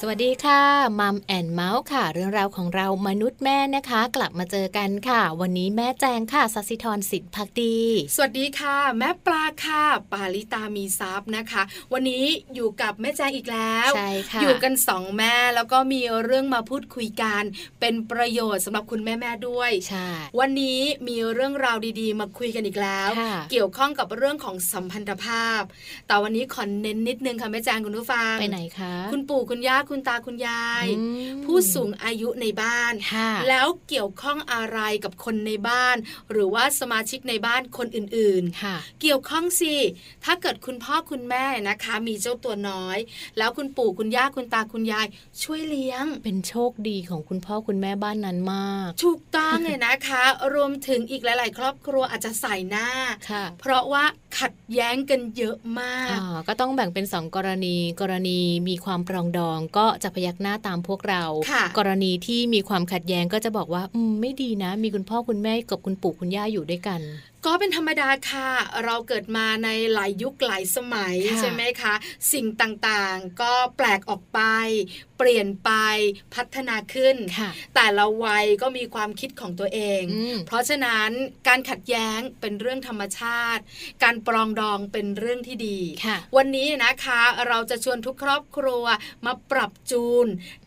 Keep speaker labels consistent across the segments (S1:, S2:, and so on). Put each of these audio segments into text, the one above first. S1: สวัสดีค่ะมัมแอนเมาส์ค่ะ เรื่องราวของเรามนุษย์แม่นะคะ กลับมาเจอกันค่ะ วันนี้แม่แจงค่ะสัสิธรสิทธิพักดี
S2: สวัสดีค่ะ แม่ปลาค่ะ ปาลิตามีซับนะคะ วันนี้อยู่กับแม่แจงอีกแล้ว
S1: ใช่ค่ะ
S2: อยู่กันสองแม่แล้วก็มีเรื่องมาพูดคุยกัน เป็นประโยชน์สำหรับคุณแม่แม่ๆด้วย
S1: ใช่
S2: วันนี้มีเรื่องราวดีๆ มาคุยกันอีกแล้ว
S1: ค่ะ
S2: เกี่ยวข้องกับเรื่องของสัมพันธภาพ แต่วันนี้ขอเน้นนิดนึงค่ะแม่แจงคุณผู้ฟัง
S1: ไปไหนคะ
S2: คุณปู่คุณย่าคุณตาคุณยาย
S1: อืม
S2: ผู้สูงอายุในบ้าน
S1: ค่ะ
S2: แล้วเกี่ยวข้องอะไรกับคนในบ้าน หรือว่าสมาชิกในบ้านคนอื่น
S1: ค่ะ
S2: ๆ เกี่ยวข้องสิ ถ้าเกิดคุณพ่อคุณแม่นะคะ มีเจ้าตัวน้อย แล้วคุณปู่คุณย่าคุณตาคุณยาย ช่วยเลี้ยง
S1: เป็นโชคดีของคุณพ่อคุณแม่บ้านนั้นมาก
S2: ถูกต้องเลยนะคะ รวมถึงอีกหลาย ๆ ครอบครัวอาจจะใส่หน้า
S1: ค่ะ
S2: เพราะว่าขัดแย้งกันเยอะมา
S1: อ่
S2: ก
S1: าก็ต้องแบ่งเป็นสองกรณี กรณีมีความปรองดองก็จะพยักหน้าตามพวกเรา
S2: ค่ะ
S1: กรณีที่มีความขัดแย้งก็จะบอกว่าอืมไม่ดีนะ มีคุณพ่อคุณแม่กับคุณปู่คุณย่าอยู่ด้วยกัน
S2: ก็เป็นธรรมดาค่ะ เราเกิดมาในหลายยุคหลายสมัย
S1: ค่ะ
S2: ใช่ไหมคะ สิ่งต่างๆ ก็แปลกออกไป เปลี่ยนไปพัฒนาขึ้น
S1: ค่ะ
S2: แต่ละวัยก็มีความคิดของตัวเอง
S1: อืม
S2: เพราะฉะนั้นการขัดแย้งเป็นเรื่องธรรมชาติ การปรองดองเป็นเรื่องที่ดี
S1: ค่ะ
S2: วันนี้นะคะเราจะชวนทุกครอบครัวมาปรับจูน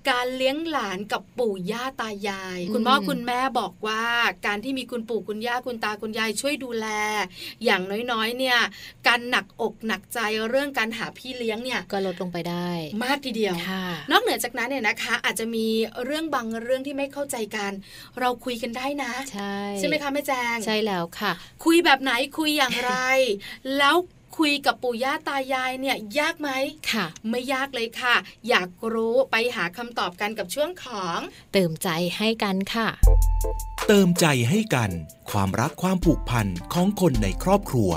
S2: การเลี้ยงหลานกับปู่ย่าตายาย
S1: อืม
S2: คุณพ่อคุณแม่บอกว่าการที่มีคุณปู่คุณย่าคุณตาคุณยายช่วยดูแล อย่างน้อยๆ เนี่ย การหนักอกหนักใจเรื่องการหาพี่เลี้ยงเนี่ย
S1: ก็ลดลงไปได้
S2: มากทีเดียว
S1: ค่ะ
S2: นอกเหนือจากนั้นเนี่ยนะคะ อาจจะมีเรื่องบางเรื่องที่ไม่เข้าใจกัน เราคุยกันได้นะ
S1: ใช่
S2: ใช่ไหมคะแม่แจง
S1: ใช่แล้วค่ะ
S2: คุยแบบไหนคุยอย่างไร แล้วคุยกับปู่ย่าตายายเนี่ยยากไหม
S1: ค่ะ
S2: ไม่ยากเลยค่ะ อยากรู้ไปหาคำตอบกันกับช่วงของ
S1: เติมใจให้กันค่ะ
S3: เติมใจให้กัน ความรักความผูกพันของคนในครอบครัว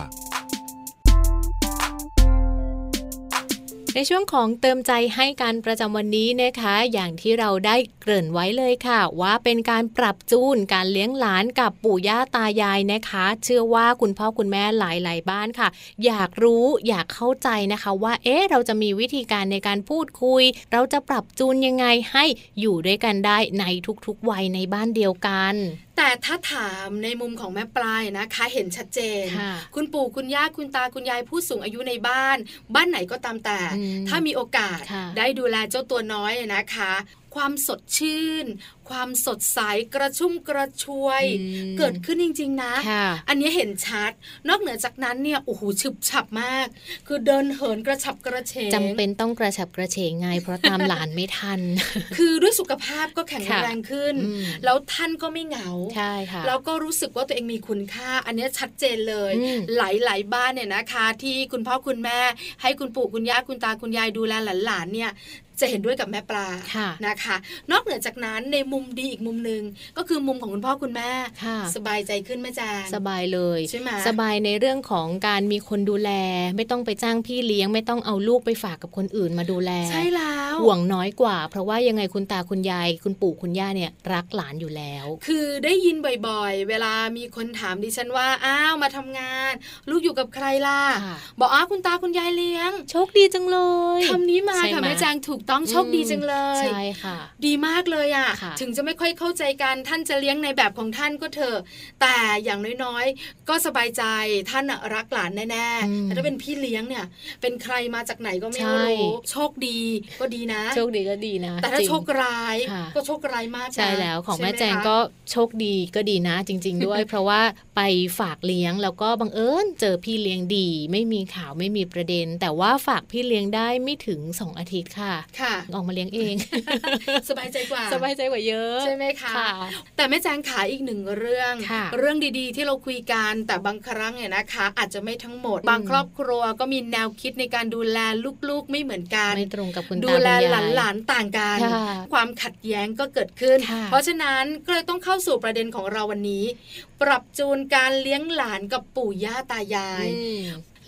S1: ในช่วงของเติมใจให้กันประจำวันนี้นะคะ อย่างที่เราได้เกริ่นไว้เลยค่ะ ว่าเป็นการปรับจูนการเลี้ยงหลานกับปู่ย่าตายายนะคะ เชื่อว่าคุณพ่อคุณแม่หลาย ๆ บ้านค่ะ อยากรู้อยากเข้าใจนะคะ ว่าเอ๊ะเราจะมีวิธีการในการพูดคุย เราจะปรับจูนยังไงให้อยู่ด้วยกันได้ในทุกๆวัยในบ้านเดียวกัน
S2: แต่ถ้าถามในมุมของแม่ปลายนะคะ เห็นชัดเจน
S1: ค่ะ
S2: คุณปู่คุณย่าคุณตาคุณยายผู้สูงอายุในบ้าน บ้านไหนก็ตามแต่
S1: อืม
S2: ถ้ามีโอกาส
S1: ค่ะ
S2: ได้ดูแลเจ้าตัวน้อยนะคะ ความสดชื่น ความสดใสกระชุ่มกระชวย
S1: อืม
S2: เกิดขึ้นจริง ๆ นะ
S1: ค่ะ
S2: อันนี้เห็นชัด นอกเหนือจากนั้นเนี่ยโอ้โหฉึบฉับมาก คือเดินเหินกระฉับกระเฉง
S1: จำเป็นต้องกระฉับกระเฉงไง เพราะตามหลานไม่ทัน
S2: คือด้วยสุขภาพก็แข็ง
S1: ค่ะ
S2: แรงขึ้น
S1: อืม
S2: แล้วท่านก็ไม่เหงา
S1: ใช่ค่ะ
S2: แล้วก็รู้สึกว่าตัวเองมีคุณค่า อันเนี้ยชัดเจนเลย
S1: อืม
S2: หลายๆบ้านเนี่ยนะคะ ที่คุณพ่อคุณแม่ ให้คุณปู่คุณย่าคุณตาคุณยายดูแลหลานๆเนี่ย จะเห็นด้วยกับแม่ปลา
S1: ค่ะ
S2: นะคะ นอกเหนือจากนั้นในมุมดีอีกมุมหนึ่งก็คือมุมของคุณพ่อคุณแม่
S1: ค่ะ
S2: สบายใจขึ้นแม่แจาง
S1: สบายเลย
S2: ใช่ไหม
S1: สบายในเรื่องของการมีคนดูแล ไม่ต้องไปจ้างพี่เลี้ยง ไม่ต้องเอาลูกไปฝากกับคนอื่นมาดูแล
S2: ใช่แล้ว
S1: ห่วงน้อยกว่า เพราะว่ายังไงคุณตาคุณยาย คุณปู่คุณย่าเนี่ยรักหลานอยู่แล้ว
S2: คือได้ยินบ่อยๆ เวลามีคนถามดิฉันว่าอ้าวมาทำงาน ลูกอยู่กับใครล่ะ
S1: ค่ะ
S2: บอกอ้าวคุณตาคุณยายเลี้ยง
S1: โชคดีจังเลย
S2: คำนี้มา
S1: ใช่
S2: ค่ะ
S1: ไหม
S2: แม่แจางถูกต้องโชคดีจังเลย
S1: ใช่ค่ะ
S2: ดีมากเลยอ่ะ
S1: ค่ะ
S2: ถึงจะไม่ค่อยเข้าใจกันท่านจะเลี้ยงในแบบของท่านก็เถอะแต่อย่างน้อยๆ ก็สบายใจท่านน่ะรักหลานแน่ๆแต่ถ้าเป็นพี่เลี้ยงเนี่ย เป็นใครมาจากไหนก็ไม่รู้โชคดีก็ดีนะ
S1: โชคดีก็ดีนะ
S2: แต่ถ้า
S1: จริง
S2: โชคร้าย
S1: ค่ะ
S2: ก็โชคร้ายมากนะ
S1: ใช่แล้วของแม่
S2: ใช่ไห
S1: แจง
S2: คะ
S1: ก็โชคดีก็ดีนะจริง ๆ ด้วย เพราะว่าไปฝากเลี้ยงแล้วก็บังเอิญเจอพี่เลี้ยงดี ไม่มีข่าวไม่มีประเด็น แต่ว่าฝากพี่เลี้ยงได้ไม่ถึง 2 อาทิตย์ค่ะ
S2: ค่ะ
S1: ออกมาเลี้ยงเอง
S2: สบายใจกว่า
S1: สบายใจกว่าเยอะ
S2: ใช่ไหมคะ
S1: ค่ะ
S2: แต่แม่แจงขาอีกหนึ่งเรื่อง
S1: ค่ะ
S2: เรื่องดีๆ ที่เราคุยกันแต่บางครั้งเนี่ยนะคะ อาจจะไม่ทั้งหมด
S1: อืม
S2: บางครอบครัวก็มีแนวคิดในการดูแลลูกๆไม่เหมือนกัน
S1: ไม่ตรงกับคุณ
S2: ดู
S1: ตาคุณ
S2: แล
S1: ยาย
S2: หลานๆต่างกัน
S1: ค่ะ
S2: ความขัดแย้งก็เกิดขึ้น
S1: ค่ะ
S2: เพราะฉะนั้นก็เลยต้องเข้าสู่ประเด็นของเราวันนี้ ปรับจูนการเลี้ยงหลานกับปู่ย่าตายาย
S1: อืม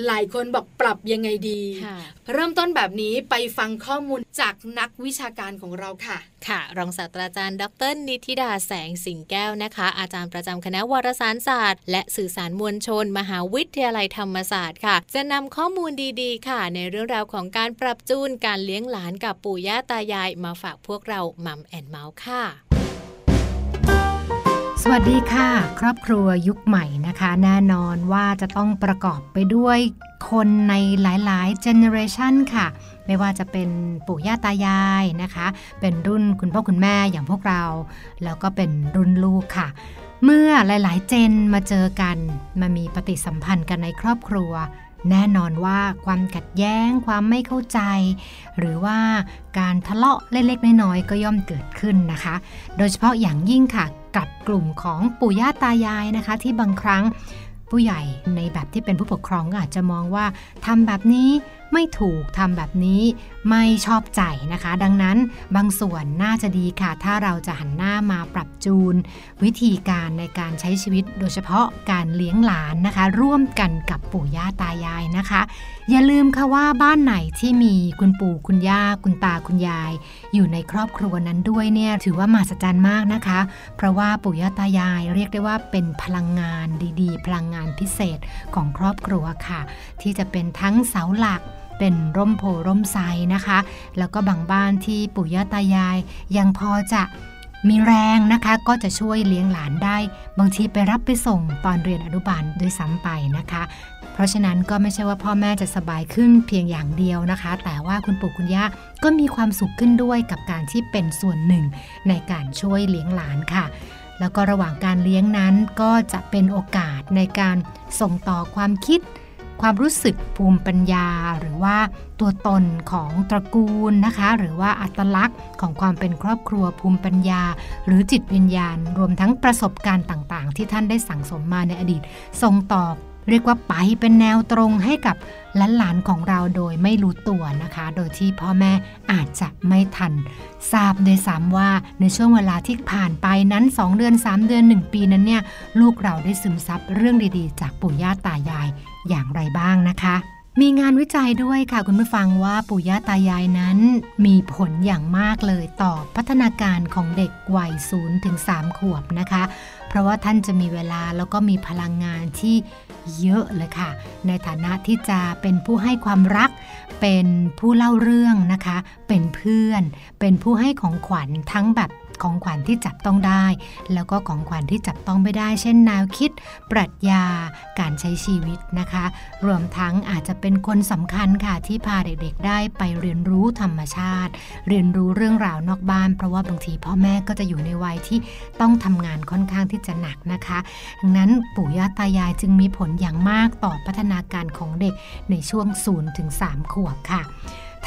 S2: หลายคนบอกปรับยังไงดี
S1: ค่ะ
S2: เริ่มต้นแบบนี้ไปฟังข้อมูลจากนักวิชาการของเราค่ะ
S1: ค่ะ รองศาสตราจารย์ ดร นิติดาแสงสิงแก้วนะคะ อาจารย์ประจำคณะวารสารศาสตร์ และสื่อสารมวลชน มหาวิทยาลัยธรรมศาสตร์ค่ะ จะนำข้อมูลดีๆ ค่ะ ในเรื่องราวของการปรับจูนการเลี้ยงหลานกับปู่ย่าตายายมาฝากพวกเรามัมแอนเมาส์ค่ะ
S4: สวัสดีค่ะ ครอบครัวยุคใหม่นะคะ แน่นอนว่าจะต้องประกอบไปด้วยคนในหลายๆ generation ค่ะ ไม่ว่าจะเป็นปู่ย่าตายายนะคะ เป็นรุ่นคุณพ่อคุณแม่อย่างพวกเรา แล้วก็เป็นรุ่นลูกค่ะ เมื่อหลายๆ เจนมาเจอกัน มามีปฏิสัมพันธ์กันในครอบครัว แน่นอนว่าความขัดแย้งความไม่เข้าใจ หรือว่าการทะเลาะเล็กๆ น้อยๆ ก็ย่อมเกิดขึ้นนะคะ โดยเฉพาะอย่างยิ่งค่ะกับกลุ่มของปู่ย่าตายายนะคะ ที่บางครั้งผู้ใหญ่ในแบบที่เป็นผู้ปกครองก็อาจจะมองว่าทำแบบนี้ไม่ถูกทำแบบนี้ไม่ชอบใจนะคะ ดังนั้นบางส่วนน่าจะดีค่ะ ถ้าเราจะหันหน้ามาปรับจูน วิธีการในการใช้ชีวิตโดยเฉพาะการเลี้ยงหลานนะคะ ร่วมกันกับปู่ย่าตายายนะคะ อย่าลืมค่ะว่าบ้านไหนที่มีคุณปู่คุณย่าคุณตาคุณยาย อยู่ในครอบครัวนั้นด้วยเนี่ยถือว่ามหัศจรรย์มากนะคะ เพราะว่าปู่ย่าตายายเรียกได้ว่าเป็นพลังงานดีๆ พลังงานพิเศษของครอบครัวค่ะ ที่จะเป็นทั้งเสาหลัก เป็นร่มโพร่มไทรนะคะ แล้วก็บางบ้านที่ปู่ย่าตายาย ยังพอจะมีแรงนะคะ ก็จะช่วยเลี้ยงหลานได้ บางทีไปรับไปส่งตอนเรียนอนุบาลด้วยซ้ำไปนะคะ เพราะฉะนั้นก็ไม่ใช่ว่าพ่อแม่จะสบายขึ้นเพียงอย่างเดียวนะคะ แต่ว่าคุณปู่คุณย่าก็มีความสุขขึ้นด้วยกับการที่เป็นส่วนหนึ่ง ในการช่วยเลี้ยงหลานค่ะ แล้วก็ระหว่างการเลี้ยงนั้นก็จะเป็นโอกาสในการส่งต่อความคิด ความรู้สึกภูมิปัญญา หรือว่าตัวตนของตระกูลนะคะ หรือว่าอัตลักษณ์ของความเป็นครอบครัวภูมิปัญญา หรือจิตวิญญาณ รวมทั้งประสบการณ์ต่างๆ ที่ท่านได้สั่งสมมาในอดีต ส่งต่อเรียกว่าไปเป็นแนวตรงให้กับหลานๆของเราโดยไม่รู้ตัวนะคะ โดยที่พ่อแม่อาจจะไม่ทัน ทราบด้วยซ้ำว่าในช่วงเวลาที่ผ่านไปนั้น 2 เดือน 3 เดือน 1 ปีนั้นเนี่ย ลูกเราได้ซึมซับเรื่องดีๆ จากปู่ย่าตายายอย่างไรบ้างนะคะ มีงานวิจัยด้วยค่ะคุณผู้ฟังว่าปู่ย่าตายายนั้น มีผลอย่างมากเลยต่อพัฒนาการของเด็กวัย0ถึง3ขวบนะคะ เพราะว่าท่านจะมีเวลาแล้วก็มีพลังงานที่เยอะเลยค่ะ ในฐานะที่จะเป็นผู้ให้ความรัก เป็นผู้เล่าเรื่องนะคะ เป็นเพื่อน เป็นผู้ให้ของขวัญทั้งแบบของขวัญที่จับต้องได้ แล้วก็ของขวัญที่จับต้องไม่ได้ เช่นแนวคิด ปรัชญา การใช้ชีวิตนะคะ รวมทั้งอาจจะเป็นคนสำคัญค่ะที่พาเด็กๆ ได้ไปเรียนรู้ธรรมชาติ เรียนรู้เรื่องราวนอกบ้าน เพราะว่าบางทีพ่อแม่ก็จะอยู่ในวัยที่ต้องทำงานค่อนข้างที่จะหนักนะคะ ดังนั้นปู่ย่าตายายจึงมีผลอย่างมากต่อพัฒนาการของเด็กในช่วง0ถึง3ขวบค่ะ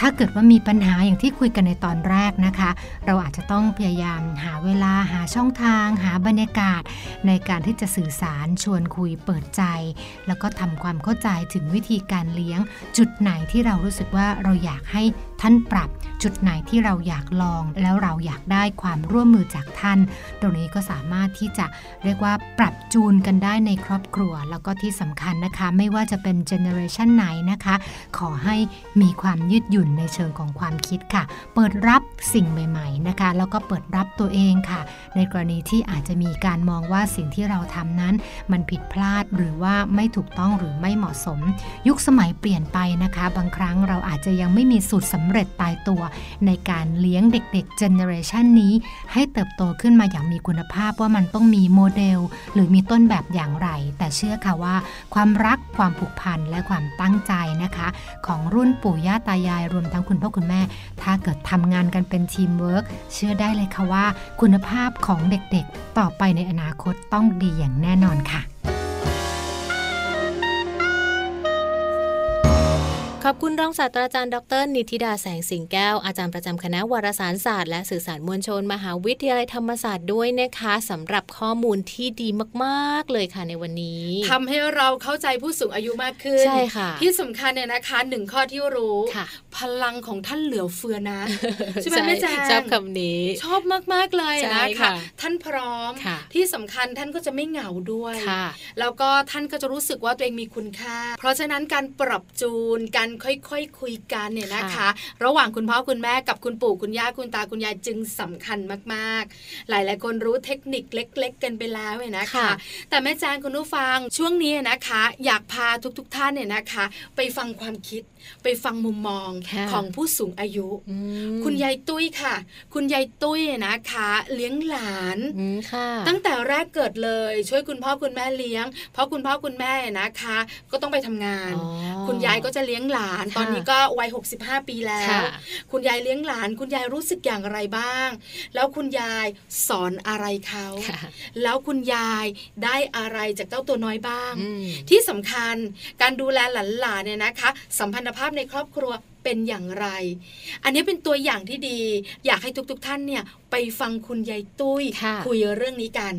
S4: ถ้าเกิดว่ามีปัญหาอย่างที่คุยกันในตอนแรกนะคะ เราอาจจะต้องพยายามหาเวลาหาช่องทาง หาบรรยากาศ ในการที่จะสื่อสารชวนคุยเปิดใจ แล้วก็ทำความเข้าใจถึงวิธีการเลี้ยง จุดไหนที่เรารู้สึกว่าเราอยากให้ท่านปรับ จุดไหนที่เราอยากลอง แล้วเราอยากได้ความร่วมมือจากท่าน ตรงนี้ก็สามารถที่จะเรียกว่าปรับจูนกันได้ในครอบครัว แล้วก็ที่สำคัญนะคะ ไม่ว่าจะเป็นเจเนอเรชันไหนนะคะ ขอให้มีความยืดหยุ่นในเชิงของความคิดค่ะ เปิดรับสิ่งใหม่ๆนะคะ แล้วก็เปิดรับตัวเองค่ะ ในกรณีที่อาจจะมีการมองว่าสิ่งที่เราทำนั้น มันผิดพลาดหรือว่าไม่ถูกต้องหรือไม่เหมาะสม ยุคสมัยเปลี่ยนไปนะคะ บางครั้งเราอาจจะยังไม่มีสูตรสำเร็จตายตัว ในการเลี้ยงเด็กๆเจเนอเรชันนี้ ให้เติบโตขึ้นมาอย่างมีคุณภาพว่ามันต้องมีโมเดล หรือมีต้นแบบอย่างไร แต่เชื่อค่ะว่า ความรักความผูกพันและความตั้งใจนะคะ ของรุ่นปู่ย่าตายายรวมทั้งคุณพ่อคุณแม่ ถ้าเกิดทำงานกันเป็นทีมเวิร์กเชื่อได้เลยค่ะว่า คุณภาพของเด็กๆ ต่อไปในอนาคตต้องดีอย่างแน่นอนค่ะ
S1: ขอบคุณรองศาสตราจารย์ดร นิติดาแสงสิงแก้ว อาจารย์ประจำคณะวารสารศาสตร์และสื่อสารมวลชน มหาวิทยาลัยธรรมศาสตร์ด้วยนะคะสำหรับข้อมูลที่ดีมากๆเลยค่ะในวันนี้
S2: ทำให้เราเข้าใจผู้สูงอายุมากขึ้น
S1: ใช่ค่ะ
S2: ที่สำคัญเนี่ยนะคะหนึ่งข้อที่รู้
S1: ค่ะ
S2: พ พลังของท่านเหลือเฟือ นะ ใช่ไหม
S1: ใช่
S2: แม่แจง
S1: ชอบคำนี้
S2: ชอบมากๆเลย
S1: ใช่
S2: นะ
S1: ค่ะ
S2: คะท่านพร้อม
S1: ค่ะ
S2: ที่สำคัญท่านก็จะไม่เหงาด้วย
S1: ค่ะ
S2: แล้วก็ท่านก็จะรู้สึกว่าตัวเองมีคุณค่า เพราะฉะนั้นการปรับจูน การค่อยๆคุยกันเนี่ยนะคะ
S1: ค่ะ
S2: ระหว่างคุณพ่อคุณแม่กับคุณปู่คุณย่าคุณตาคุณยายจึงสำคัญมากๆ หลายๆคนรู้เทคนิคเล็ก ๆ กันไปแล้วเนี่ยนะคะ แต่แม่แจงคุณผู้ฟังช่วงนี้นะคะ อยากพาทุกๆท่านเนี่ยนะคะ ไปฟังความคิด ไปฟังมุมมอง
S1: ค่ะ
S2: ของผู้สูงอายุ
S1: อืม
S2: คุณยายตุ้ยค่ะ คุณยายตุ้ยเนี่ยนะคะ เลี้ยงหลาน
S1: อืมค่ะ
S2: ตั้งแต่แรกเกิดเลย ช่วยคุณพ่อคุณแม่เลี้ยง เพราะคุณพ่อคุณแม่นะคะ ก็ต้องไปทำงาน
S1: อ๋อ
S2: คุณยายก็จะเลี้ยงหลาน
S1: ค่ะ
S2: ตอนนี้ก็วัย 65 ปีแล้
S1: ค่ะ
S2: ว คุณยายเลี้ยงหลาน คุณยายรู้สึกอย่างไรบ้าง แล้วคุณยายสอนอะไรเขา
S1: ค่ะ
S2: แล้วคุณยายได้อะไรจากเจ้าตัวน้อยบ้าง
S1: อืม
S2: ที่สำคัญการดูแลหลานๆเนี่ยนะคะ สัมพันธภาพในครอบครัวเป็นอย่างไร อันนี้เป็นตัวอย่างที่ดี อยากให้ทุกๆท่านเนี่ยไปฟังคุณยายตุ้ย
S1: ค่ะ
S2: คุยเรื่องนี้กัน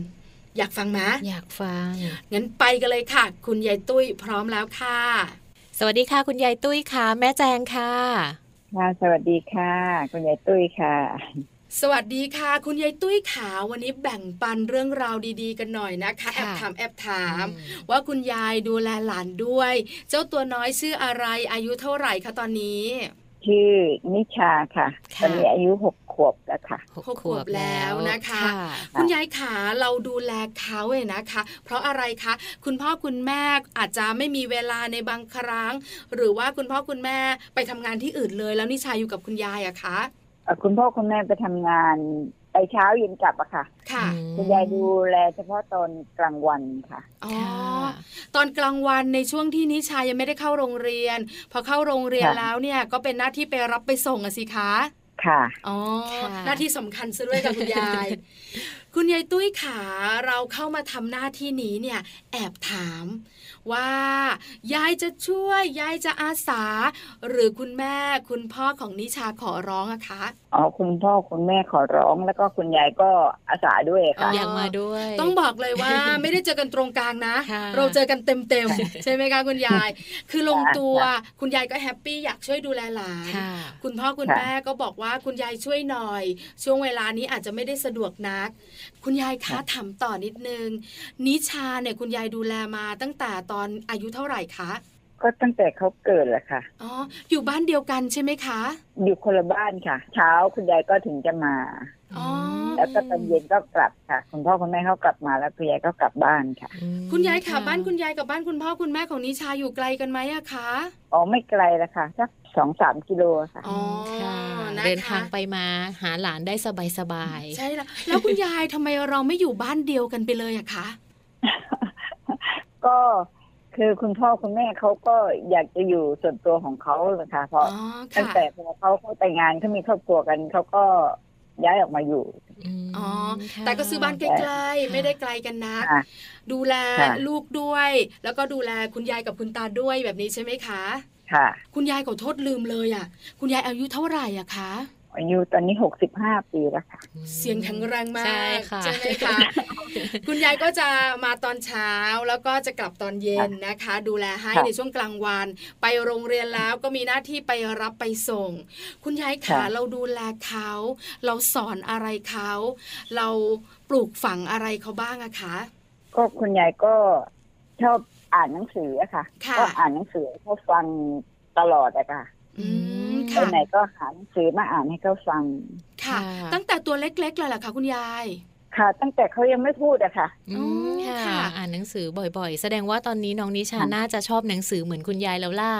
S2: อยากฟังไหมะ
S1: อยากฟัง
S2: งั้นไปกันเลยค่ะ คุณยายตุ้ยพร้อมแล้วค่ะ
S1: สวัสดีค่ะ คุณยายตุ้ยค่ะ แม่แจงค่ะ
S5: ค่ะสวัสดีค่ะ คุณยายตุ้ยค่ะ
S2: สวัสดีค่ะ คุณยายตุ้ยขาวันนี้แบ่งปันเรื่องราวดีๆ กันหน่อยนะคะ
S1: ค่ะ
S2: แอบถามแอบถาม
S1: อืม
S2: ว่าคุณยายดูแลหลานด้วย เจ้าตัวน้อยชื่ออะไรอายุเท่าไหร่คะตอนนี้
S5: ชื่อนิชาค่ะต
S1: ค่ะ
S5: อนนี้อายุหกขวบแล้วค่ะ
S1: หก
S2: หก
S1: ข
S2: ข
S1: ว
S2: ว
S1: บบ
S2: แล้
S1: แล้ว
S2: วนะคะ
S5: ค่ะ
S2: คุณยายขาเราดูแลเขาเองนะคะ เพราะอะไรคะ คุณพ่อคุณแม่อาจจะไม่มีเวลาในบางครั้ง หรือว่าคุณพ่อคุณแม่ไปทำงานที่อื่นเลย แล้วนิชาอยู่กับคุณยายอะคะ
S5: เอ่อคุณพ่อคุณแม่ไปทำงานไปเช้าเย็นกลับอะค่ะ
S2: ค่ะ
S1: อืม
S5: คุณยายดูแลเฉพาะตอนกลางวันค่ะ
S2: อ๋อ
S1: ค่ะ
S2: ตอนกลางวันในช่วงที่นิชายังไม่ได้เข้าโรงเรียน พอเข้าโรงเรียน
S5: ค่ะ
S2: แล้วเนี่ยก็เป็นหน้าที่ไปรับไปส่งอะสิคะ
S5: ค่ะ
S2: อ๋อ
S1: ค่ะ
S2: หน้าที่สำคัญซะด้วยค่ะคุณยาย คุณยายตุ้ยขาเราเข้ามาทำหน้าที่นี้เนี่ยแอบถามว่ายายจะช่วย ยายจะอาสา หรือคุณแม่คุณพ่อของนิชาขอร้องอะคะ
S5: อ๋อคุณพ่อคุณแม่ขอร้องแล้วก็คุณยายก็อาสาด้วย
S2: อ๋อ
S5: ค่ะ
S1: อยากมาด้วย
S2: ต้องบอกเลยว่า ไม่ได้เจอกันตรงกลางนะ
S1: ค่ะ
S2: เราเจอกันเต็มๆ ใช่ไหมคะคุณยาย คือลงตัว
S5: ค่ะ
S2: คุณยายก็แฮปปี้อยากช่วยดูแลหลาน
S1: ค่ะ
S2: คุณพ่อคุณ
S5: ค่ะ
S2: แม่ก็บอกว่าคุณยายช่วยหน่อย ช่วงเวลานี้อาจจะไม่ได้สะดวกนัก คุณยายคะถามต่อนิดนึง นิชาเนี่ยคุณยายดูแลมาตั้งแต่ตอนอายุเท่าไหร่คะ
S5: ก็ตั้งแต่เขาเกิดแหละค่ะ
S2: อ๋ออยู่บ้านเดียวกันใช่ไหมคะ
S5: อยู่คนละบ้านค่ะ เช้าคุณยายก็ถึงจะมา
S2: อ๋อ
S5: แล้วก็ตอนเย็นก็กลับค่ะ คุณพ่อคุณแม่เขากลับมาแล้วคุณยายก็กลับบ้านค่ะ
S1: อืม
S2: คุณยายค่ะบ้านคุณยายกับบ้านคุณพ่อคุณแม่ของนิชาอยู่ไกลกันไหมอะคะ
S5: อ๋อไม่ไกลละค่ะสักสองสามกิโลค่ะ
S2: อ๋อ
S1: ค่ะ
S2: นะคะ
S1: เดินทางไปมาหาหลานได้สบายสบายๆ
S2: ใช่แล้วแล้วคุณยายทำไมเราไม่อยู่บ้านเดียวกันไปเลยอะคะ
S5: ก็คือคุณพ่อคุณแม่เขาก็อยากจะอยู่ส่วนตัวของเขาเลยค่ะ เพ
S2: อ๋อ
S5: ราะตั้
S2: ค่ะ
S5: งแต่พอเขาเขาแต่งงานเขามีครอบครัวกันเขาก็ย้ายออกมาอยู่
S1: ม
S2: อ๋อ
S1: ค่ะ
S2: แต่ก็ซื้อบ้านใกล้ๆ ไม่ได้ไกลกันนัก
S5: ค่ะ
S2: ดูแล
S5: ค่ะ
S2: ลูกด้วย แล้วก็ดูแลคุณยายกับคุณตาด้วยแบบนี้ใช่ไหมคะ
S5: ค่ะ
S2: คุณยายขอโทษลืมเลยอะคุณยายอายุเท่าไหร่อะคะ
S5: อายุตอนนี้หกสิบห้าปีแล้วค่ะ
S2: เสียงแข็งแรงมาก
S1: ใช่ค่ะ
S2: ไหมคะ คุณยายก็จะมาตอนเช้าแล้วก็จะกลับตอนเย็นนะคะ ดูแลให้
S5: ค่ะ
S2: ในช่วงกลางวัน ไปโรงเรียนแล้วก็มีหน้าที่ไปรับไปส่ง คุณยายขา
S5: ค่ะ
S2: เราดูแลเขา เราสอนอะไรเขา เราปลูกฝังอะไรเขาบ้างอะคะ
S5: ก็คุณยายก็ชอบอ่านหนังสืออะค่ะ
S2: ค่ะ
S5: ก็อ่านหนังสือให้เขาฟังตลอดอะค่ะ
S2: อืม
S1: ค่ะ
S5: ไป
S2: ค่ะ
S5: ไหนก็หาหนังสือมาอ่านให้เขาฟัง
S2: ค่ะ ตั้งแต่ตัวเล็กๆเลยเหรอคะคุณยาย
S5: ค่ะ ตั้งแต่เขายังไม่พูดอะค่ะ
S1: อืม
S2: อ๋อ
S1: ค่ะ
S2: ค่ะ
S1: อ่านหนังสือบ่อยๆ แสดงว่าตอนนี้น้องนิชา
S5: ค่ะ
S1: น่าจะชอบหนังสือเหมือนคุณยายแล้วล่ะ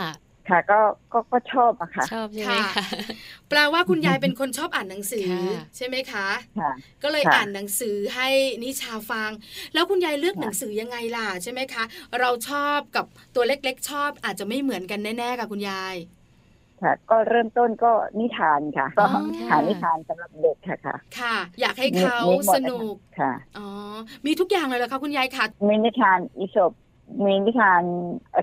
S5: ค่ะ ก็ก็ก็ชอบอะค่ะ
S1: ชอบใช่ไหมคะ
S2: แปลว่าคุณยายเป็นคนชอบอ่านหนังสือ
S1: ค่ะ
S2: ใช่ไหมคะ
S5: ค่ะ
S2: ก็เลย
S5: ค่ะ
S2: อ่านหนังสือให้นิชาฟัง แล้วคุณยายเลือก
S5: ค่ะ
S2: หนังสือยังไงล่ะใช่ไหมคะ เราชอบกับตัวเล็กๆ ชอบอาจจะไม่เหมือนกันแน่ๆกับคุณยาย
S5: ค่ะ ก็เริ่มต้นก็นิทานค่ะ ก็
S1: อ๋อค่ะ
S5: หานิทานสำหรับเด็กค่ะค่ะ
S2: ค่ะ อยากให้เขา
S5: มีมีหมด
S2: สนุก
S5: ค่ะ
S2: อ๋อมีทุกอย่างเลยเหรอคะคุณยายคะ
S5: มีนิทานอีสบ มีวิชา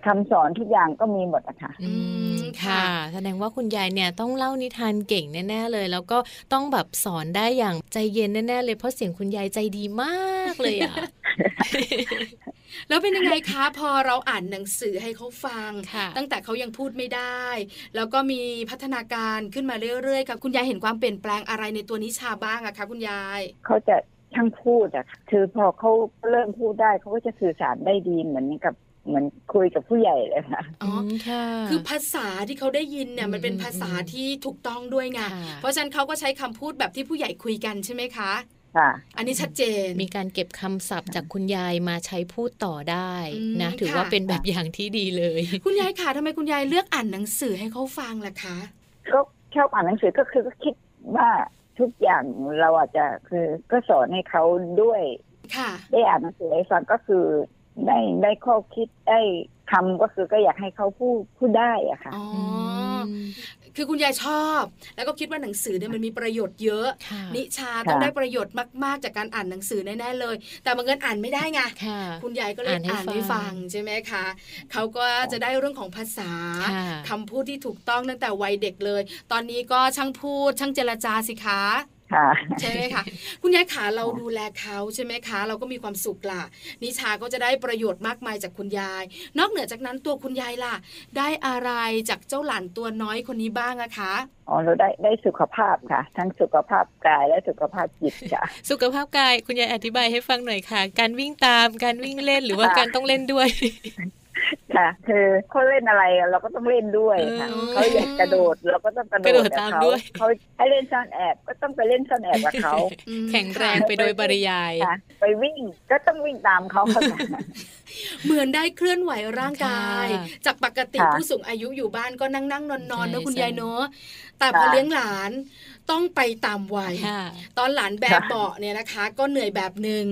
S5: คำสอนทุกอย่างก็มีหมดอะค่ะ
S1: อืม
S2: ค่ะ
S1: ค่ะ แสดงว่าคุณยายเนี่ยต้องเล่านิทานเก่งแน่ๆเลย แล้วก็ต้องแบบสอนได้อย่างใจเย็นแน่ๆเลยเพราะเสียงคุณยายใจดีมากเลยอ่ะ
S2: แล้วเป็นยังไงคะ พอเราอ่านหนังสือให้เขาฟัง
S1: ค่ะ
S2: ตั้งแต่เขายังพูดไม่ได้ แล้วก็มีพัฒนาการขึ้นมาเรื่อยๆค่ะคุณยายเห็นความเปลี่ยนแปลงอะไรในตัวนิชาบ้างอะคะคุณยาย
S5: เขาจะช่างพูดอะค่ะคือพอเขาเริ่มพูดได้เขาก็จะสื่อสารได้ดีเหมือนกับเหมือนคุยกับผู้ใหญ่เลยค่ะ
S2: อ๋ออ
S1: มค่ะ
S2: คือภาษาที่เขาได้ยินเนี่ย
S1: อืม
S2: มันเป็นภาษา
S1: อืม
S2: ที่ถูกต้องด้วยไง
S1: ค่ะ
S2: เพราะฉะนั้นเขาก็ใช้คำพูดแบบที่ผู้ใหญ่คุยกันใช่ไหมคะ
S5: ค่ะ
S2: อันนี้ชัดเจน
S1: มีการเก็บคำศัพท์จากคุณยายมาใช้พูดต่อได้นะ
S2: อืม
S1: ถือว่า
S2: ค่ะ
S1: เป็นแบบอย่างที่ดีเลย
S2: คุณยายคะทำไมคุณยายเลือกอ่านหนังสือให้เขาฟังล่ะคะ
S5: ก็ชอบอ่านหนังสือก็คือก็คิดว่าทุกอย่างเราอาจจะคือก็สอนให้เขาด้วย
S2: ค่ะ
S5: ได้อ่านหนังสือให้ฟังก็คือได้ได้ข้อคิดได้คำก็คือก็อยากให้เขาพูดพูดได้อะค่ะ
S2: อ๋ออคือคุณยายชอบ แล้วก็คิดว่าหนังสือเนี่ยมันมีประโยชน์เยอะ
S1: ค่ะ
S2: นิชาต้อง
S5: ค่ะ
S2: ได้ประโยชน์มากๆ จากการอ่านหนังสือแน่ๆเลย แต่บางเงินอ่านไม่ได้ไง
S1: ค่ะ
S2: คุณยายก็เลย
S1: อ่านให้
S2: อ่านให้
S1: ฟั
S2: ฟั
S1: ง
S2: งใช่ไหมคะ เขาก็จะได้เรื่องของภาษา
S1: ค่ะ
S2: คำพูดที่ถูกต้องตั้งแต่วัยเด็กเลย ตอนนี้ก็ช่างพูด ช่างเจรจาสิคะ
S5: ค่ะ
S2: ใช่ไหมคะ คุณยายขาเราดูแลเขาใช่ไหมคะ เราก็มีความสุขล่ะ นิชาก็จะได้ประโยชน์มากมายจากคุณยาย นอกเหนือจากนั้นตัวคุณยายล่ะ ได้อะไรจากเจ้าหลานตัวน้อยคนนี้บ้างอะคะ
S5: อ๋อเราได้ได้สุขภาพค่ะ ทั้งสุขภาพกายและสุขภาพจิต ค่ะ
S1: สุขภาพกายคุณยายอธิบายให้ฟังหน่อยค่ะ การวิ่งตามการวิ่งเล่นหรือว่าการต้องเล่นด้วย
S5: ค่ะ คือเขาเล่นอะไรเราก็ต้องเล่นด้วยค่ะ
S1: เออ
S5: เขาอยากกระโดดเราก็ต้องกระโด
S1: กระโด
S5: ด
S1: ด
S5: กับ
S1: ตาม
S5: เขา
S1: ด้วย
S5: เขาให้เล่นซ่อนแอบก็ต้องไปเล่นซ่อนแอบ กับเขา
S2: อืม
S1: แข็งแรงไปโดยปริยาย
S5: ค่ะ ไปวิ่งก็ต้องวิ่งตามเขา ค่ะ
S2: เหมือนได้เคลื่อนไหวร่างกาย
S1: ค่ะ
S2: จากปกติ
S5: ค่ะ
S2: ผู้สูงอายุอยู่บ้านก็นั่งนั่งนอนนอนๆ
S1: ใช่
S2: นะคุณ
S1: ใช่
S2: ยายเนอะแต่พอ
S5: ค่ะ
S2: เลี้ยงหลานต้องไปตามวัย
S1: ค่ะ
S2: ตอนหลานแบกเบาะเนี่ยนะคะ ก็เหนื่อยแบบหนึ่ง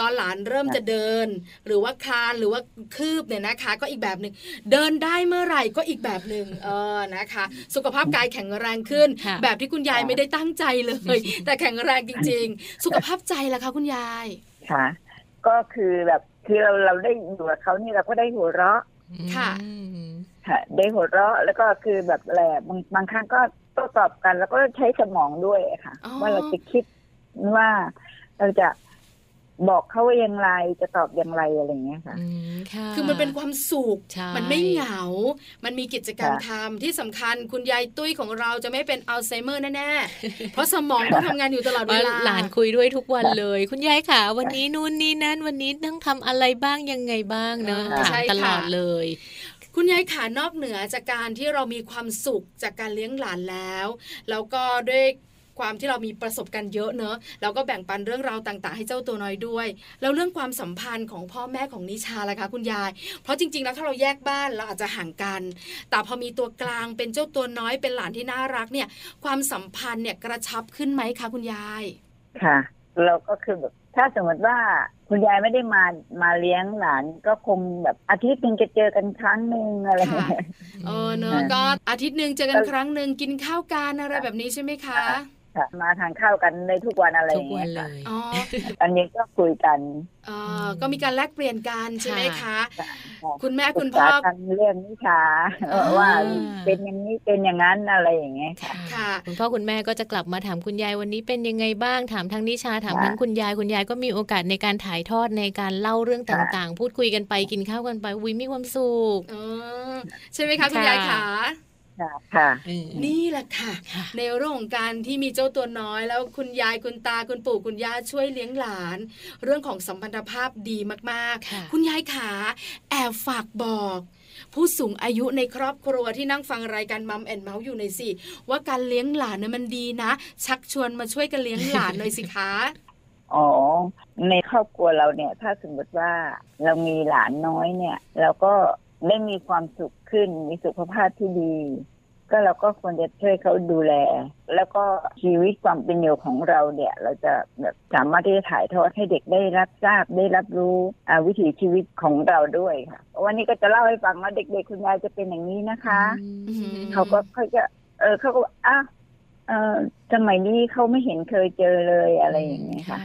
S2: ตอนหลานเริ่มจะเดิน หรือว่าคลานหรือว่าคืบเนี่ยนะคะ ก็อีกแบบหนึ่งเดินได้เมื่อไหร่ก็อีกแบบหนึ่งเออนะคะ สุขภาพกายแข็งแรงขึ้น
S1: ค่ะ
S2: แบบที่คุณยายไม่ได้ตั้งใจเลย แต่แข็งแรงจริง ๆ สุขภาพใจล่ะคะคุณยาย
S5: ค่ะ ก็คือแบบคือเราเราได้อยู่กับเขานี่เราก็ได้หัวเราะ
S2: ค่ะ
S1: อืม
S5: ค่ะ ได้หัวเราะแล้วก็คือแบบแหละบางบางครั้งก็โต้ตอบกัน แล้วก็ใช้สมองด้วยค่ะ
S2: อ๋อ
S5: ว่าเราจะคิดว่าเราจะบอกเขาว่าอย่างไรจะตอบอย่างไรอะไรอย่างเงี้ยค่ะ
S1: อืมค่ะ
S2: คือมันเป็นความสุข
S1: ใช่
S2: มันไม่เหงา มันมีกิจกรรมทำที่สำคัญคุณยายตุ้ยของเราจะไม่เป็นอัลไซเมอร์แน่ๆ เพราะสมองต้องทำงานอยู่ตลอดเว
S1: ว่า
S2: ลา
S1: หลานคุยด้วยทุกวันเลย คุณยายค่ะ วันนี้นู่นนี่นั่นวันนี้ต้องทำอะไรบ้างยังไงบ้างเนอะ
S2: อ่า
S1: ถาม
S2: ใช่ค่ะ
S1: ตลอดเลย
S2: คุณยายขานอกเหนือจากการที่เรามีความสุขจากการเลี้ยงหลานแล้ว แล้วก็ด้วยความที่เรามีประสบการณ์เยอะเนอะเราก็แบ่งปันเรื่องราวต่างๆ ให้เจ้าตัวน้อยด้วย แล้วเรื่องความสัมพันธ์ของพ่อแม่ของนิชาล่ะคะ คุณยาย เพราะจริงๆ แล้วถ้าเราแยกบ้านเราอาจจะห่างกัน แต่พอมีตัวกลางเป็นเจ้าตัวน้อยเป็นหลานที่น่ารักเนี่ย ความสัมพันธ์เนี่ยกระชับขึ้นไหมคะคุณยาย
S5: ค่ะ เราก็คือแบบถ้าสมมติว่าคุณยายไม่ได้มามาเลี้ยงหลาน ก็คงแบบอาทิตย์หนึ่งจะเจอกันครั้งหนึ่งอะไรอย่างเงี้ย
S2: เออเนอะก็อาทิตย์หนึ่งเจอกันครั้งหนึ่งกินข้าวกันอะไรแบบนี้ใช่ไหมคะ
S5: ค่ะ มาทานข้าวกันในทุกวันอะไรอ
S1: ทุก
S5: ย่าง
S1: วั
S5: เงี้
S1: น
S5: ย
S1: เล
S5: ค่ะ
S1: ย
S2: อ๋อ
S5: อันนี้ก็คุยกัน
S2: เอ่อก็มีการแลกเปลี่ยนกันใช่ไหมคะ
S5: ค่ะ
S2: คุณแม่คุณ
S5: ปรึก
S2: พ่อ
S5: ษากันเรื่องนิชา
S2: อ่า
S5: ว่าเป็นอย่างนี้เป็นอย่างนั้นอะไรอย่างเงี้ยค่ะ
S1: ค่ะ
S2: ค่ะ
S1: คุณพ่อคุณแม่ก็จะกลับมาถามคุณยายวันนี้เป็นยังไงบ้าง ถามทั้งนิชาถาม
S5: ค่ะ
S1: ทั้งคุณยายคุณยายก็มีโอกาสในการถ่ายทอดในการเล่าเรื่อง
S5: ค่ะ
S1: ต่างๆ พูดคุยกันไปกินข้าวกันไปวิมีความสุข
S2: เออใช่ไหมคะคุณ
S1: ค่ะ
S2: ยายขา
S5: ค่ะค่ะ
S2: นี่แหละค่ะ
S1: ค่ะ
S2: ในเรื่องของการที่มีเจ้าตัวน้อย แล้วคุณยายคุณตาคุณปู่คุณย่าช่วยเลี้ยงหลาน เรื่องของสัมพันธภาพดีมาก
S1: ค่ะ
S2: ๆ คุณยายขาแอบฝากบอก ผู้สูงอายุในครอบครัวที่นั่งฟังรายการมัมแอนเมาส์อยู่ในอยสิ ว่าการเลี้ยงหลานเนี่ยมันดีนะ ชักชวนมาช่วยกันเลี้ยงหลานหน่อยสิคะ
S5: อ๋อ ในครอบครัวเราเนี่ย ถ้าสมมติว่าเรามีหลานน้อยเนี่ย เราก็ได้มีความสุขขึ้น มีสุขภาพที่ดี ก็เราก็ควรจะช่วยเขาดูแล แล้วก็ชีวิตความเป็นอยู่ของเราเนี่ย เราจะแบบสามารถที่จะถ่ายทอดให้เด็กได้รับทราบได้รับรู้อ่าวิถีชีวิตของเราด้วยค่ะวันนี้ก็จะเล่าให้ฟังว่าเด็กๆคุณยายจะเป็นอย่างนี้นะคะ
S1: อืม
S5: เขาก็เขาจะ เออเขาก็บอกอ้าวเออสมัยนี้เขาไม่เห็นเคยเจอเลยอะไรอย่างเงี้ยค่ะ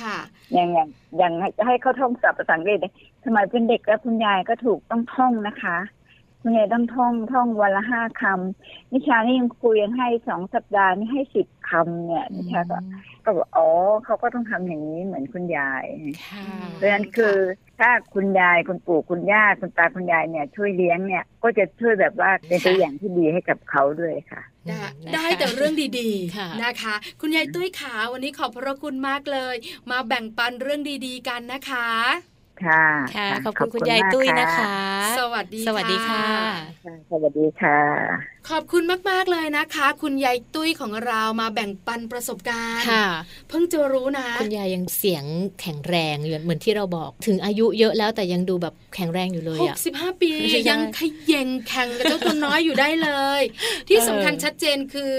S2: ค่ะ
S5: อย่างอย่างอย่างให้ให้เขาท่องศัพท์ภาษาอังกฤษเนี่ย สมัยเป็นเด็กแล้วคุณยายก็ถูกต้องท่องนะคะคุณยายต้องท่องท่องวันละห้าคำนิชานี่ยังคุยยังให้สองสัปดาห์นี่ให้สิบคำเนี่ยนิชาก็ก็บอกอ๋อเขาก็ต้องทำอย่างนี้เหมือนคุณยาย
S1: ค่ะ
S5: เพราะฉะนั้นคือถ้าคุณยายคุณปู่คุณย่าคุณตาคุณยายเนี่ย ช่วยเลี้ยงเนี่ย ก็จะช่วยแบบว่าเป็นตัวอย่างที่ดีให้กับเขาด้วยค่ะ
S2: นะคะ
S1: อืมนะคะ
S2: ได้แต่เรื่องดี
S1: ค่ะ
S2: ๆนะคะ คุณยายตุ้ยขาวันนี้ขอบพระคุณมากเลย มาแบ่งปันเรื่องดีๆกันนะคะ
S5: ค่ะ
S1: ค่ะ
S5: ะ
S1: ขอบคุณคุณยาย
S5: มก
S1: ตุ้ยนะคะ
S2: สวัสดี
S1: สวัสดีค่ะ
S5: ค่ะสวัสดีค่ะ
S2: ขอบคุณมากๆเลยนะคะ คุณยายตุ้ยของเรามาแบ่งปันประสบการณ์
S1: ค่ะ
S2: เพิ่งจะรู้นะ
S1: คุณยายยังเสียงแข็งแรงอยู่เหมือนที่เราบอก ถึงอายุเยอะแล้วแต่ยังดูแบบแข็งแรงอยู่เลย
S2: หก
S1: อ่ะ
S2: สิบห้าปี
S1: ใช่
S2: ยังขย่งแข่งกับเจ้าตัวน้อยอยู่ได้เลย ที่สำคัญชัดเจนคือ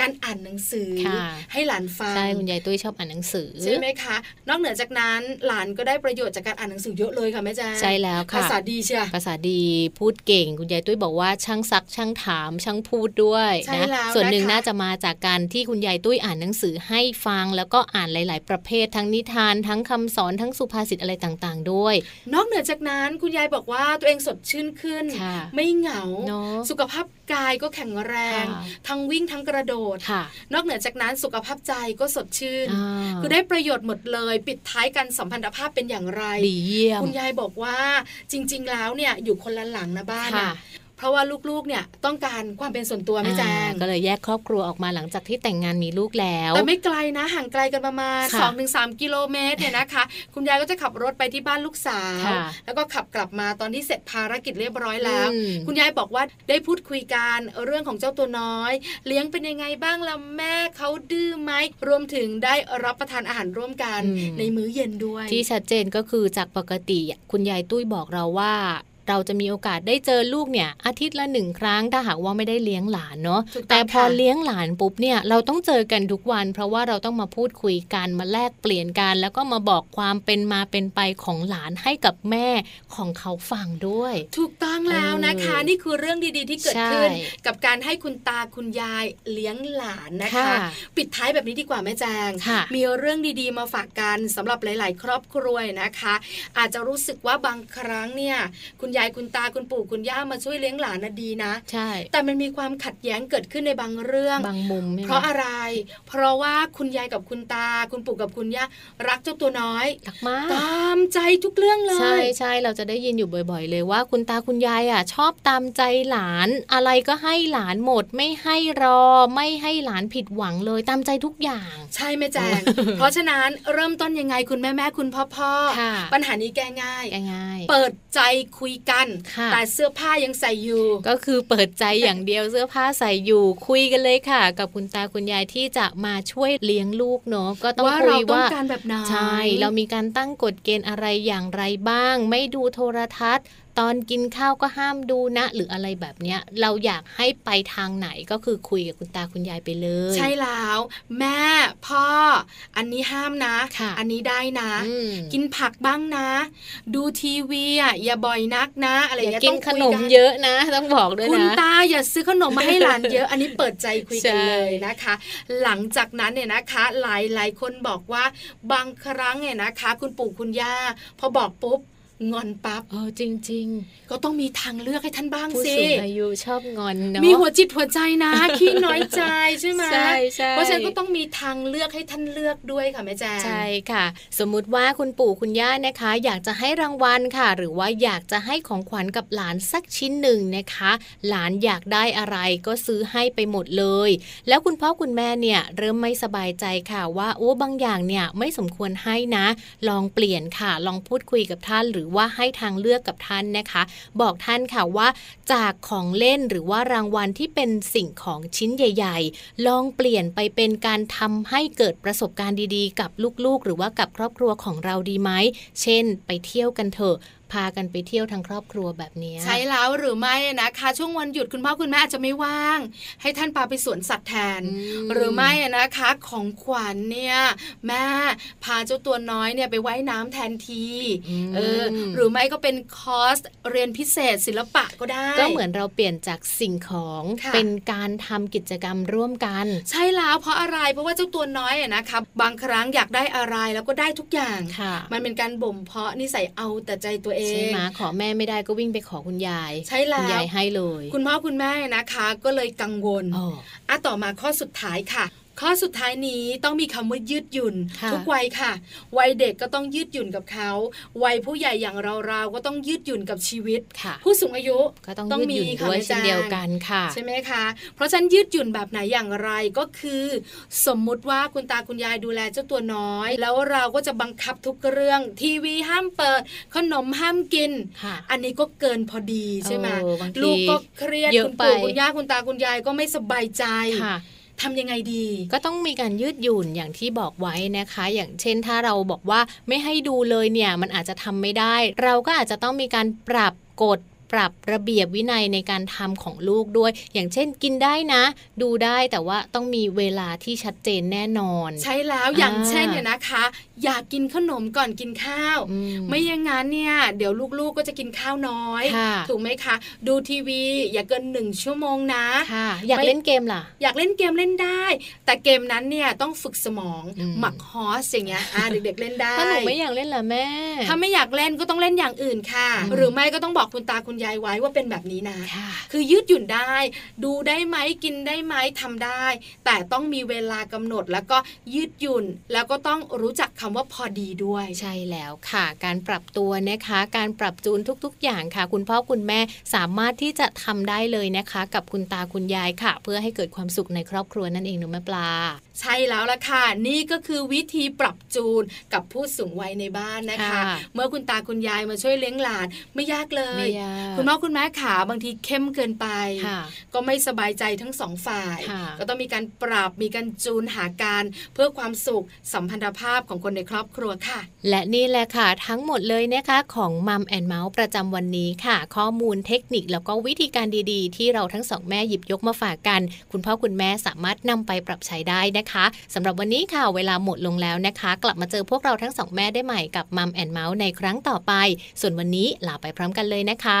S2: การอ่านหนังสือ
S1: ค่ะ
S2: ให้หลานฟัง
S1: ใช่คุณยายตุ้ยชอบอ่านหนังสือ
S2: ใช่ไหมคะ นอกเหนือจากนั้นหลานก็ได้ประโยชน์จากการอ่านหนังสือเยอะเลยค่ะแม่แจ้ง
S1: ใช่แล้วค่ะ
S2: ภาษาดีเชีย
S1: ภาษาดีพูดเก่ง คุณยายตุ้ยบอกว่าช่างซักช่างถาม ช่างพูดด้วย
S2: ใช่
S1: นะ
S2: แล้ว
S1: ส่วนหนึ่ง
S2: ค
S1: น่าจะมาจากการที่คุณยายตุ้ยอ่านหนังสือให้ฟัง แล้วก็อ่านหลาย ๆ ประเภท ทั้งนิทานทั้งคำสอนทั้งสุภาษิตอะไรต่างๆ ด้วย
S2: นอกเหนือจากนั้นคุณยายบอกว่าตัวเองสดชื่นขึ้น
S1: ค่ะ
S2: ไม่เหงา
S1: เนาะ
S2: สุขภาพกายก็แข็งแรง
S1: ค่ะ
S2: ทั้งวิ่งทั้งกระโดด
S1: ค่ะ
S2: นอกเหนือจากนั้นสุขภาพใจก็สดชื่น
S1: อ่า
S2: คือได้ประโยชน์หมดเลย ปิดท้ายกันสัมพันธภาพเป็นอย่างไร
S1: ดีเยี่ยม
S2: คุณยายบอกว่าจริง ๆ แล้วเนี่ยอยู่คนละหลังนะบ้าน
S1: ค่ะ
S2: อะเพราะว่าลูกๆเนี่ยต้องการความเป็นส่วนตัวไม่แจ
S1: อ่าง ก็เลยแยกครอบครัวออกมาหลังจากที่แต่งงานมีลูกแล้ว
S2: แต่ไม่ไกลนะ ห่างไกลกันประมาณ
S1: ค่ะ
S2: สองถึงสามกิโลเมตรเนี่ยนะคะ คุณยายก็จะขับรถไปที่บ้านลูกสาว
S1: ค่ะ
S2: แล้วก็ขับกลับมาตอนที่เสร็จภารกิจเรียบร้อยแล้ว
S1: อืม
S2: คุณยายบอกว่าได้พูดคุยกันเรื่องของเจ้าตัวน้อย เลี้ยงเป็นยังไงบ้างล่ะแม่เขาดื้อไหมรวมถึงได้รับประทานอาหารร่วมกัน
S1: อืม
S2: ในมื้อเย็นด้วย
S1: ที่ชัดเจนก็คือจากปกติคุณยายตุ้ยบอกเราว่า เราจะมีโอกาสได้เจอลูกเนี่ยอาทิตย์ละหนึ่งครั้งถ้าหากว่าไม่ได้เลี้ยงหลานเนาะ
S2: ถูกง
S1: แต่พอ
S2: ค่ะ
S1: เลี้ยงหลานปุ๊บเนี่ยเราต้องเจอกันทุกวัน เพราะว่าเราต้องมาพูดคุยกันมาแลกเปลี่ยนกัน แล้วก็มาบอกความเป็นมาเป็นไปของหลานให้กับแม่ของเขาฟังด้วย
S2: ถูกต้องแล้วนะคะ
S1: เออ
S2: นี่คือเรื่องดีๆที่เกิด
S1: ใช่
S2: ขึ้น กับการให้คุณตาคุณยายเลี้ยงหลานนะคะ ปิดท้ายแบบนี้ดีกว่าแม่แจง
S1: ค่ะ
S2: มีเรื่องดีๆมาฝากกันสำหรับหลาย ๆ ครอบครัวนะคะ อาจจะรู้สึกว่าบางครั้งเนี่ย คุณยายคุณตาคุณปู่คุณย่ามาช่วยเลี้ยงหลานนะดีนะ
S1: ใช่
S2: แต่มันมีความขัดแย้งเกิดขึ้นในบางเรื่อง
S1: บางมุมใช่ไหม
S2: เพราะอะไร เพราะว่าคุณยายกับคุณตา คุณปู่กับคุณย่ารักเจ้าตัวน้อย
S1: รักมาก
S2: ตามใจทุกเรื่องเล
S1: ใช่
S2: ย
S1: ใช่เราจะได้ยินอยู่บ่อย ๆ เลยว่าคุณตาคุณยายอ่ะชอบตามใจหลาน อะไรก็ให้หลานหมด ไม่ให้รอ ไม่ให้หลานผิดหวังเลยตามใจทุกอย่าง
S2: ใช่แม่แจ ง
S1: เออ
S2: เพราะฉะนั้นเริ่มต้นยังไงคุณแม่แม่ๆคุณพ่อพ่อๆ
S1: ค่ะ
S2: ปัญหานี้แก้ง่าย
S1: ง่าย
S2: เปิดใจคุยกัน
S1: ค่ะ
S2: แต่เสื้อผ้ายังใส่อยู่
S1: ก็คือเปิดใจอย่างเดียวเสื้อผ้าใส่อยู่คุยกันเลยค่ะ กับคุณตาคุณยายที่จะมาช่วยเลี้ยงลูกเนาะก็ต้อง
S2: ว่า
S1: คุ
S2: เรา
S1: ย
S2: ต้อง
S1: ว่า
S2: การแบบไหน
S1: ใช่ เรามีการตั้งกฎเกณฑ์อะไรอย่างไรบ้าง ไม่ดูโทรทัศน์ ตอนกินข้าวก็ห้ามดูนะ หรืออะไรแบบเนี้ย เราอยากให้ไปทางไหนก็คือคุยกับคุณตาคุณยายไปเลย
S2: ใช่แล้ว แม่พ่อ อันนี้ห้ามนะ
S1: ค่ะ
S2: อันนี้ได้นะ
S1: อืม
S2: กินผักบ้างนะ ดูทีวีอ่ะอย่าบ่อยนักนะ อะไรอย่าง
S1: อ
S2: เงี้
S1: ย่าย กิน
S2: ต้อง
S1: ข
S2: คุย
S1: นม
S2: กั
S1: เยอะนะ ต้องบอกด้วย
S2: คุณ
S1: นะ
S2: ตาอย่าซื้อขนมมาให้หลานเยอะ อันนี้เปิดใจคุยกัน
S1: ใช่
S2: เลยนะคะ หลังจากนั้นเนี่ยนะคะ หลายหลายคนบอกว่าบางครั้งเนี่ยนะคะ คุณปู่คุณย่าพอบอกปุ๊บงอนปั๊บ
S1: เออจริง
S2: ก็ต้องมีทางเลือกให้ท่านบ้าง
S1: ๆ ผู้
S2: สิ
S1: สูงอายุชอบงอนเนาะ
S2: มีหัวจิตหัวใจนะ ขี้น้อยใจใช่ไหม
S1: ใช่ใช่
S2: เพราะฉะนั้นก็ต้องมีทางเลือกให้ท่านเลือกด้วยค่ะแม่แจง
S1: ใช่ค่ะ สมมุติว่าคุณปู่คุณย่านะคะ อยากจะให้รางวัลค่ะ หรือว่าอยากจะให้ของขวัญกับหลานสักชิ้นหนึ่งนะคะ หลานอยากได้อะไรก็ซื้อให้ไปหมดเลย แล้วคุณพ่อคุณแม่เนี่ยเริ่มไม่สบายใจค่ะว่าโอ้บางอย่างเนี่ยไม่สมควรให้นะ ลองเปลี่ยนค่ะ ลองพูดคุยกับท่าน หรือว่าให้ทางเลือกกับท่านนะคะ บอกท่านค่ะว่า จากของเล่นหรือว่ารางวัลที่เป็นสิ่งของชิ้นใหญ่ ๆ ลองเปลี่ยนไปเป็นการทำให้เกิดประสบการณ์ดีๆ กับลูกๆ หรือว่ากับครอบครัวของเราดีไหม เช่น ไปเที่ยวกันเถอะ พากันไปเที่ยวทั้งครอบครัวแบบเนี้ย
S2: ใช่แล้วหรือไม่นะคะ ช่วงวันหยุดคุณพ่อคุณแม่อาจจะไม่ว่าง ให้ท่านพาไปสวนสัตว์แทน
S1: อืม
S2: หรือไม่นะคะ ของขวัญเนี่ยแม่พาเจ้าตัวน้อยเนี่ยไปไว่ายน้ำแทนที
S1: อืม
S2: เออหรือไม่ก็เป็นคอร์สเรียนพิเศษศิลปะก็ได้
S1: ก็เหมือนเราเปลี่ยนจากสิ่งของ
S2: ค่ะ
S1: เป็นการทำกิจกรรมร่วมกัน
S2: ใช่แล้วเพราะอะไรเพราะว่าเจ้าตัวน้อยอะนะคะบางครั้งอยากได้อะไรแล้วก็ได้ทุกอย่าง
S1: ค่ะ
S2: มันเป็นการบ่มเพาะนิสัยเอาแต่ใจตัว เอ
S1: ใช่
S2: ง
S1: ไหมขอแม่ไม่ได้ก็วิ่งไปขอคุณยาย
S2: ใช่แล้
S1: คุณยา
S2: วย
S1: ให้เลย
S2: คุณพ่อคุณแม่นะคะ ก็เลยกังวล
S1: อ๋อ
S2: อ่ะต่อมาข้อสุดท้ายค่ะ ข้อสุดท้ายนี้ต้องมีคำว่ายืดหยุ่น
S1: ค่ะ
S2: ทุกวัยค่ะ วัยเด็กก็ต้องยืดหยุ่นกับเขาวัยผู้ใหญ่อย่างเราๆก็ต้องยืดหยุ่นกับชีวิต
S1: ค่ะ
S2: ผู้สูงอายุ
S1: ก็ต้อง
S2: ต้อง
S1: ยืดหยุ่น
S2: มีค่ะ
S1: ด้วย
S2: แม่
S1: เช่น
S2: จาง
S1: เดียวกันค่ะ
S2: ใช่ไหมคะ เพราะฉะนันยืดหยุ่นแบบไหนอย่างไรก็คือ สมมุติว่าคุณตาคุณยายดูแลเจ้าตัวน้อย แล้วเราก็จะบังคับทุกเรื่อง ทีวีห้ามเปิด ขนมห้ามกิน
S1: ค่ะ
S2: อันนี้ก็เกินพอดีใช่ไหม
S1: เออบางที
S2: ลูกก็เครียด
S1: เยอะ
S2: คุณปู่
S1: ไป
S2: คุณย่าคุณตาคุณยายก็ไม่สบายใจ
S1: ค่ะ
S2: ทำยังไงดี
S1: ก็ต้องมีการยืดหยุ่นอย่างที่บอกไว้นะคะ อย่างเช่นถ้าเราบอกว่าไม่ให้ดูเลยเนี่ย มันอาจจะทำไม่ได้ เราก็อาจจะต้องมีการปรับกฎปรับระเบียบวินัยในการทำของลูกด้วย อย่างเช่นกินได้นะ ดูได้แต่ว่าต้องมีเวลาที่ชัดเจนแน่นอน
S2: ใช่แล้ว
S1: อ่า
S2: อย่างเช่นเนี่ยนะคะ อยากกินขนมก่อนกินข้าว
S1: อื
S2: ไม่อย่างนั้นเนี่ย เดี๋ยวลูกๆก็จะกินข้าวน้อย
S1: ค่ะ
S2: ถูกไหมคะ ดูทีวีอย่าเกินหนึ่งชั่วโมงนะ
S1: ค่ะ อยาก
S2: ไม่
S1: เล่นเกมล่ะ
S2: อยากเล่นเกมเล่นได้ แต่เกมนั้นเนี่ยต้องฝึกสมอง
S1: อืม
S2: หมักฮอสอย่างเงี้ยอ่ะเด็กๆเล่นได้
S1: ถ้าหนูไม่อยากเล่นล่ะแม่
S2: ถ้าไม่อยากเล่นก็ต้องเล่นอย่างอื่นค่ะ
S1: อืม
S2: หรือไม่ก็ต้องบอกคุณตาคุณยายไว้ว่าเป็นแบบนี้นะ
S1: ค่ะ
S2: คือยืดหยุ่นได้ ดูได้ไหมกินได้ไหมทำได้ แต่ต้องมีเวลากำหนดแล้วก็ยืดหยุ่น แล้วก็ต้องรู้จักคำว่าพอดีด้วย
S1: ใช่แล้วค่ะ การปรับตัวนะคะ การปรับจูนทุกๆ อย่างค่ะ คุณพ่อคุณแม่สามารถที่จะทำได้เลยนะคะ กับคุณตาคุณยายค่ะ เพื่อให้เกิดความสุขในครอบครัวนั่นเองหนูแม่ปลา
S2: ใช่แล้วล่ะค่ะ นี่ก็คือวิธีปรับจูนกับผู้สูงวัยในบ้านนะคะ
S1: ค่ะ
S2: เมื่อคุณตาคุณยายมาช่วยเลี้ยงหลานไม่ยากเลย
S1: ยาก
S2: คุณพ่อคุณแม่ขาบางทีเข้มเกินไป
S1: ค่ะ
S2: ก็ไม่สบายใจทั้งสองฝ่าย
S1: ค่ะ
S2: ก็ต้องมีการปรับมีการจูนหาการ เพื่อความสุขสัมพันธภาพของคนในครอบครัวค่ะ
S1: และนี่แหละค่ะทั้งหมดเลยนะคะของมัมแอนเมาส์ประจำวันนี้ค่ะ ข้อมูลเทคนิคแล้วก็วิธีการดีๆ ที่เราทั้งสองแม่หยิบยกมาฝากกัน คุณพ่อคุณแม่สามารถนำไปปรับใช้ได้นะคะสำหรับวันนี้ค่ะเวลาหมดลงแล้วนะคะ กลับมาเจอพวกเราทั้งสองแม่ได้ใหม่กับมัมแอนเมาส์ในครั้งต่อไป ส่วนวันนี้ลาไปพร้อมกันเลยนะคะ